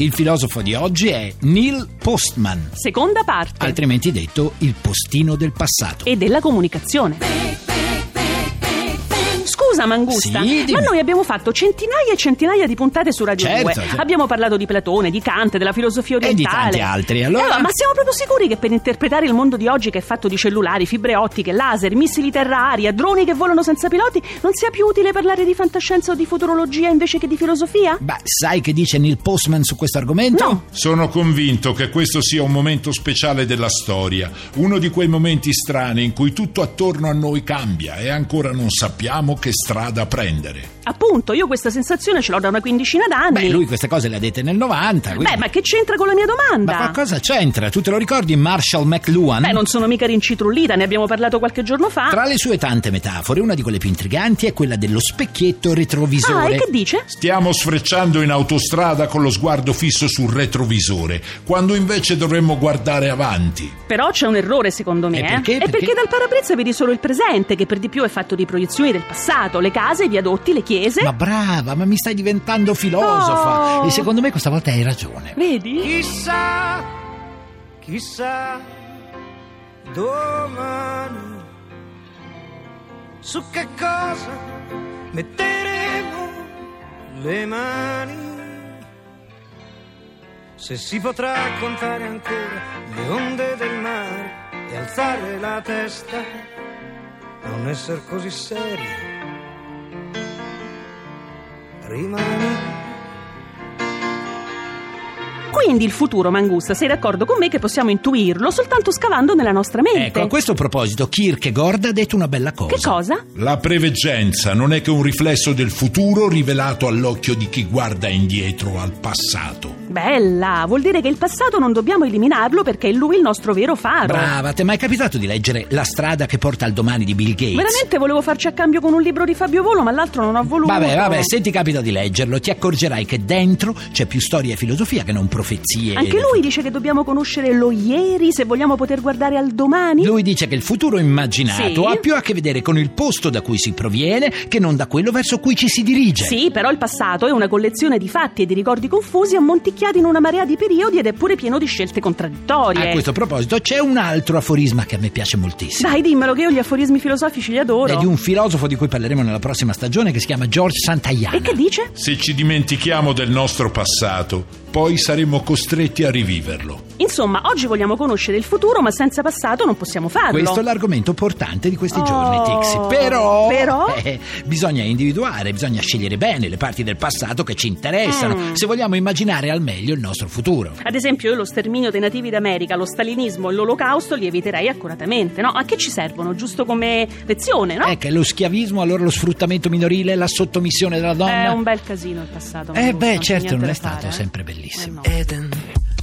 Il filosofo di oggi è Neil Postman, Seconda parte. altrimenti detto il postino del passato. e della comunicazione. Scusa Mangusta, Sì, dimmi. ma noi abbiamo fatto centinaia e centinaia di puntate su Radio Certo, 2. certo. Abbiamo parlato di Platone, di Kant, della filosofia E di orientale. tanti altri, allora? Eh, ma siamo proprio sicuri che per interpretare il mondo di oggi che è fatto di cellulari, fibre ottiche, laser, missili terra-aria, droni che volano senza piloti, non sia più utile parlare di fantascienza o di futurologia invece che di filosofia? Beh, sai che dice Neil Postman su questo argomento? No. Sono convinto che questo sia un momento speciale della storia, uno di quei momenti strani in cui tutto attorno a noi cambia e ancora non sappiamo che strada prendere. Appunto, io questa sensazione ce l'ho da una quindicina d'anni. Beh, lui queste cose le ha dette nel 90. Beh, quindi- ma che c'entra con la mia domanda? Ma qualcosa c'entra? Tu te lo ricordi Marshall McLuhan? Beh, non sono mica rincitrullita, ne abbiamo parlato qualche giorno fa. Tra le sue tante metafore, una di quelle più intriganti è quella dello specchietto Ah, retrovisore. e che dice? Stiamo sfrecciando in autostrada con lo sguardo fisso sul retrovisore, quando invece dovremmo guardare avanti. Però c'è un errore secondo me. E eh. perché? È perché Perché? dal parabrezza vedi solo il presente, che per di più è fatto di proiezioni del passato, le case, i viadotti, le chiese. Ma brava, ma mi stai diventando filosofa. No. E secondo me questa volta hai ragione. Vedi? Chissà, chissà, domani su che cosa metteremo le mani. Se si potrà contare ancora le onde del mare e alzare la testa, non essere così seri. Rimani. Quindi il futuro, Mangusta, sei d'accordo con me che possiamo intuirlo soltanto scavando nella nostra mente? Ecco, a questo proposito, Kierkegaard ha detto una bella cosa. Che cosa? La preveggenza non è che un riflesso del futuro rivelato all'occhio di chi guarda indietro al passato. Bella! Vuol dire che il passato non dobbiamo eliminarlo perché è lui il nostro vero faro. Brava, ti è mai capitato di leggere La strada che porta al domani di Bill Gates? Veramente volevo farci a cambio con un libro di Fabio Volo, ma l'altro non ho voluto. Vabbè, vabbè, se ti capita di leggerlo, ti accorgerai che dentro c'è più storia e filosofia che non profezie. Anche lui dice che dobbiamo conoscere lo ieri se vogliamo poter guardare al domani. Lui dice che il futuro immaginato Sì. ha più a che vedere con il posto da cui si proviene che non da quello verso cui ci si dirige. Sì, però il passato è una collezione di fatti e di ricordi confusi ammonticchiati in una marea di periodi ed è pure pieno di scelte contraddittorie. A Ah, questo proposito c'è un altro aforisma che a me piace moltissimo. Dai, dimmelo che io gli aforismi filosofici li adoro. È di un filosofo di cui parleremo nella prossima stagione che si chiama George Santayana. E che dice? Se ci dimentichiamo del nostro passato, poi saremo costretti a riviverlo. Insomma, oggi vogliamo conoscere il futuro, ma senza passato non possiamo farlo. Questo è l'argomento portante di questi Oh. giorni, Tixi. Però, Però? eh, bisogna individuare, bisogna scegliere bene le parti del passato che ci interessano, Mm. se vogliamo immaginare al meglio il nostro futuro. Ad esempio, io lo sterminio dei nativi d'America, lo stalinismo e l'olocausto li eviterei accuratamente, no? A che ci servono? Giusto come lezione, no? Ecco, lo schiavismo, allora lo sfruttamento minorile, la sottomissione della È donna. un bel casino il passato. Eh Mangusta, beh, non c'è certo, niente non da è stato fare, eh. sempre bellissimo. Eh no. Eden,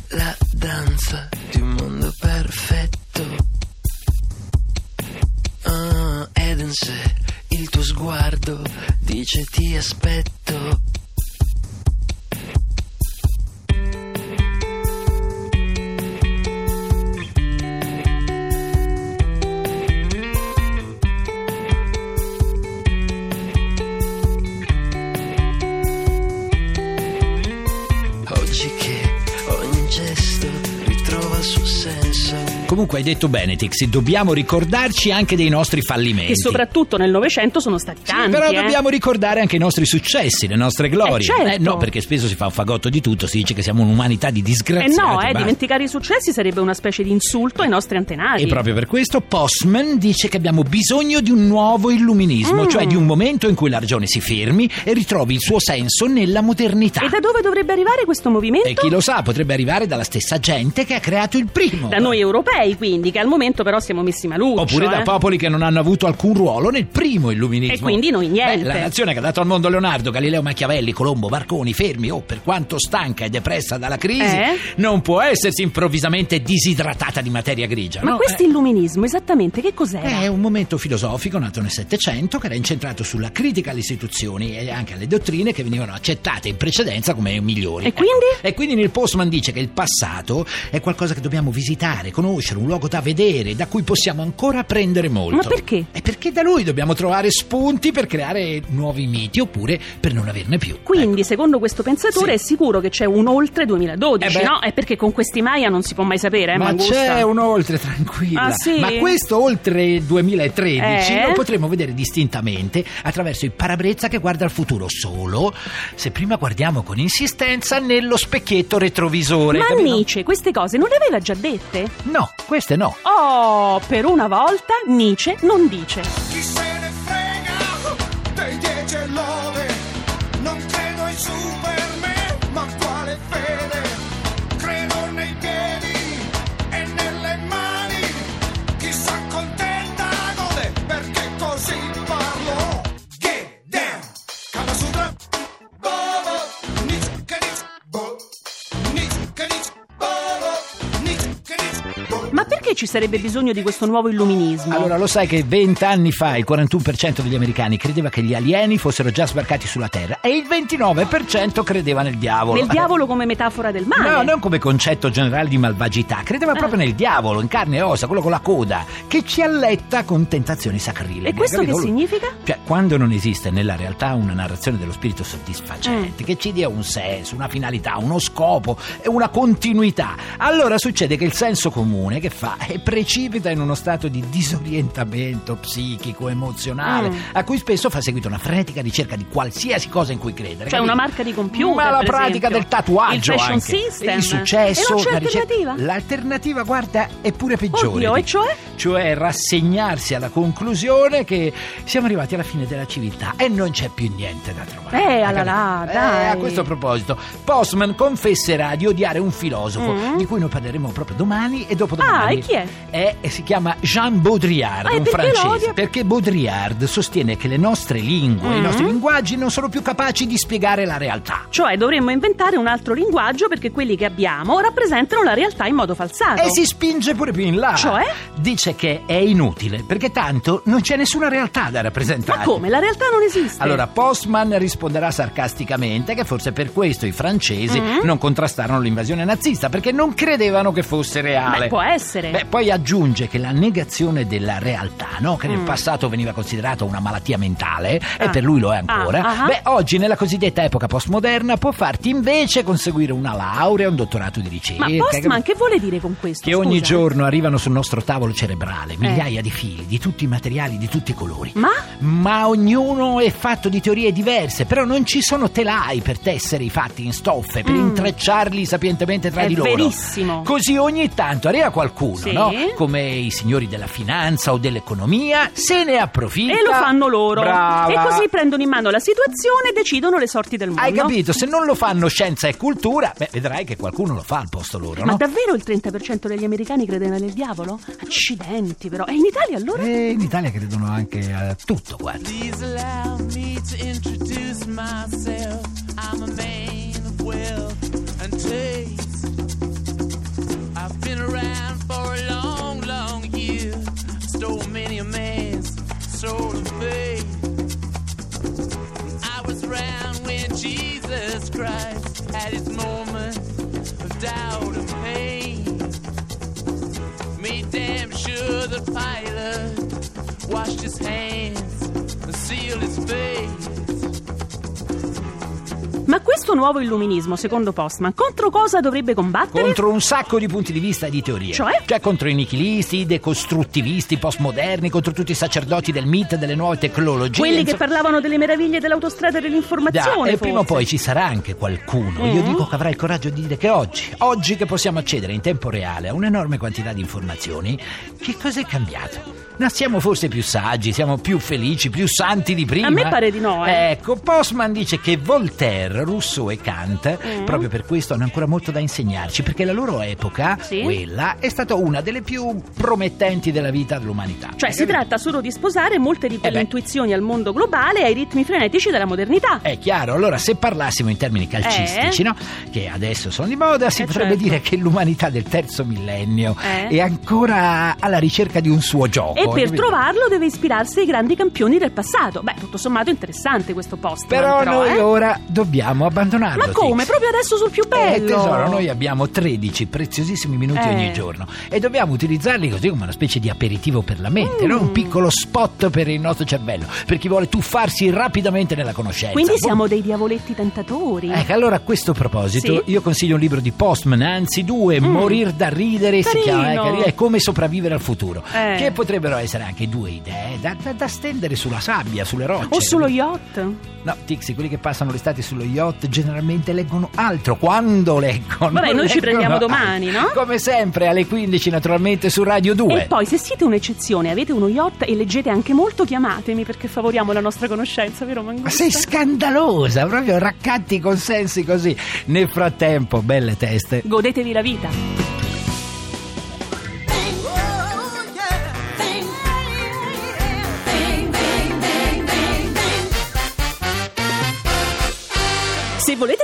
la danza di un mondo perfetto. Ah, Eden, se il tuo sguardo dice ti aspetto. Oggi che ogni gesto ritrova il suo senso. Comunque hai detto bene, Tixi, dobbiamo ricordarci anche dei nostri fallimenti. Che soprattutto nel Novecento sono stati Sì, tanti. però eh. dobbiamo ricordare anche i nostri successi, le nostre glorie. Eh, certo. no, perché spesso si fa un fagotto di tutto, si dice che siamo un'umanità di Eh disgraziati. no, eh, basta. dimenticare i successi sarebbe una specie di insulto ai nostri antenati. E proprio per questo Postman dice che abbiamo bisogno di un nuovo illuminismo, Mm. cioè di un momento in cui la ragione si fermi e ritrovi il suo senso nella modernità. E da dove dovrebbe arrivare questo movimento? E chi lo sa, potrebbe arrivare dalla stessa gente che ha creato il primo. Da noi europei, europei, quindi, che al momento però siamo messi maluccio. Oppure da eh. popoli che non hanno avuto alcun ruolo nel primo illuminismo. E quindi noi niente. Beh, la nazione che ha dato al mondo Leonardo, Galileo Machiavelli, Colombo, Marconi, Fermi, oh, per quanto stanca e depressa dalla crisi, Eh? non può essersi improvvisamente disidratata di materia grigia. Ma no? questo Eh. illuminismo esattamente che cos'era? È un momento filosofico nato nel Settecento che era incentrato sulla critica alle istituzioni e anche alle dottrine che venivano accettate in precedenza come migliori. E quindi? Ecco. E quindi nel Postman dice che il passato è qualcosa che dobbiamo visitare, conoscere, un luogo da vedere, da cui possiamo ancora prendere molto. Ma perché? È perché da lui dobbiamo trovare spunti per creare nuovi miti oppure per non averne più. Quindi, secondo questo pensatore, è Ecco. Sì. sicuro che c'è un oltre 2012, Eh beh. no? È perché con questi Maya non si può mai sapere, eh, Ma Mangusta? c'è un oltre, tranquilla. Ah, sì? Ma questo oltre 2013 Eh? lo potremo vedere distintamente attraverso il parabrezza che guarda al futuro solo se prima guardiamo con insistenza nello specchietto retrovisore. Ma capito? Nietzsche queste cose non le aveva già dette? No, queste no. Oh, per una volta Nietzsche non dice. Chi se ne frega dei dieci e lode? Non credo ai superman, ma quale fede? Credo nei piedi e nelle mani. Chi si accontenta gode, perché così parlo. Get down! Kama Sutra, Baba, Nietzsche, Nietzsche, Bo, Nietzsche, Nietzsche, Baba, Nietzsche, Nietzsche, Bo. Ma perché ci sarebbe bisogno di questo nuovo illuminismo? Allora, lo sai che 20 anni fa il 41% degli americani credeva che gli alieni fossero già sbarcati sulla Terra e il 29% credeva nel diavolo. Nel diavolo come metafora del male? No, non come concetto generale di malvagità, credeva Ah. proprio nel diavolo, in carne e ossa, quello con la coda, che ci alletta con tentazioni sacrilege. E questo capito? che significa? Cioè, quando non esiste nella realtà una narrazione dello spirito soddisfacente, Eh. che ci dia un senso, una finalità, uno scopo e una continuità, allora succede che il senso comune che fa è precipita in uno stato di disorientamento psichico, emozionale, Mm. a cui spesso fa seguito una frenetica ricerca di qualsiasi cosa in cui credere. Cioè capito? una marca di computer, Ma la per pratica esempio. del tatuaggio Il fashion anche. system. Il successo. E non c'è la ricerca- alternativa? L'alternativa, guarda, è pure peggiore. Oddio, e cioè? Cioè rassegnarsi alla conclusione che siamo arrivati alla fine della civiltà e non c'è più niente da trovare. Eh, Hai alla là, capito? dai. Eh, a questo proposito, Postman confesserà di odiare un filosofo Mm. di cui noi parleremo proprio domani e Ah, dopodomani. e chi è? È- si chiama Jean Baudrillard, Ah, e un perché lo francese. odia? Perché Baudrillard sostiene che le nostre lingue, i Mm. nostri linguaggi non sono più capaci di spiegare la realtà. Cioè dovremmo inventare un altro linguaggio perché quelli che abbiamo rappresentano la realtà in modo falsato. E si spinge pure più in là. Ah, Cioè? Dice che è inutile, perché tanto non c'è nessuna realtà da rappresentare. Ma come? La realtà non esiste. Allora, Postman risponderà sarcasticamente che forse per questo i francesi Mm. non contrastarono l'invasione nazista, perché non credevano che fosse reale. Beh, può essere. Beh, poi aggiunge che la negazione della realtà, no? che nel Mm. passato veniva considerata una malattia mentale, Ah. e per lui lo è ancora, Ah, ah. beh, oggi nella cosiddetta epoca postmoderna può farti invece conseguire una laurea, un dottorato di ricerca. Ma Postman capito? che vuole dire con questo? che scusa? ogni Eh. giorno arrivano sul nostro tavolo cerebrale migliaia di fili di tutti i materiali, di tutti i colori. Ma? Ma ognuno è fatto di teorie diverse, però non ci sono telai per tessere i fatti in stoffe, per Mm. intrecciarli sapientemente tra È di loro. verissimo. Così ogni tanto arriva qualcuno, Sì. no? Come i signori della finanza o dell'economia, se ne approfitta. E lo fanno loro. Brava. E così prendono in mano la situazione e decidono le sorti del mondo. Hai capito? Se non lo fanno scienza e cultura, beh, vedrai che qualcuno lo fa al posto loro, Ma no? davvero il 30% degli americani credeva nel diavolo? Accidenti però. E in Italia allora? E Eh, in Italia credono anche a tutto, guarda. Please allow me to introduce myself. I'm a man of wealth and taste. I've been around for a long, long year. Stole many a man's soul of faith. I was around when Jesus Christ had his moment of doubt and pain. Made damn sure the pilot washed his hands and sealed his face. Ma questo nuovo illuminismo, secondo Postman, contro cosa dovrebbe combattere? Contro un sacco di punti di vista e di teorie. Cioè? contro i nichilisti, i decostruttivisti, i postmoderni, contro tutti i sacerdoti del MIT e delle nuove tecnologie. Quelli che insomma- parlavano delle meraviglie dell'autostrada dell'informazione. Dai, e forse. Mm. prima o poi ci sarà anche qualcuno. Io dico che avrà il coraggio di dire che oggi, oggi che possiamo accedere in tempo reale a un'enorme quantità di informazioni, che cosa è cambiato? No, siamo forse più saggi, siamo più felici, più santi di prima. A me pare di no, eh. Ecco, Postman dice che Voltaire Rousseau e Kant, Mm. proprio per questo hanno ancora molto da insegnarci, perché la loro epoca, Sì. quella, è stata una delle più promettenti della vita dell'umanità. Cioè, si tratta solo di sposare molte di quelle Eh, beh. intuizioni al mondo globale e ai ritmi frenetici della modernità. È chiaro, allora se parlassimo in termini calcistici, Eh? no? che adesso sono di moda, si Eh, potrebbe certo. dire che l'umanità del terzo millennio Eh? è ancora alla ricerca di un suo gioco. E per capito? trovarlo deve ispirarsi ai grandi campioni del passato. Beh, tutto sommato interessante questo post. Però, noi eh. ora dobbiamo abbandonarlo. Ma come? Tix. Proprio adesso sul più Eh, bello. tesoro, noi abbiamo 13 preziosissimi minuti Eh. ogni giorno e dobbiamo utilizzarli così come una specie di aperitivo per la mente, Mm. no? un piccolo spot per il nostro cervello, per chi vuole tuffarsi rapidamente nella conoscenza. Quindi Boh. siamo dei diavoletti tentatori. Ecco, allora a questo proposito, Sì? io consiglio un libro di Postman, anzi due, Mm. Morir da ridere, si Carino. chiama, eh, carino, è come sopravvivere al futuro, Eh. che potrebbero essere anche due idee da, da- da stendere sulla sabbia, sulle rocce. O sullo yacht. No, Tixi, quelli che passano l'estate sullo yacht generalmente leggono altro, quando leggono? Vabbè, noi ci leggono prendiamo altro. domani, no? Come sempre, alle 15 naturalmente su Radio 2. E poi, se siete un'eccezione, avete uno yacht e leggete anche molto, chiamatemi perché favoriamo la nostra conoscenza, vero Ma Mangusta? sei scandalosa, proprio raccatti i consensi così. Nel frattempo, belle teste. Godetevi la vita. Se volete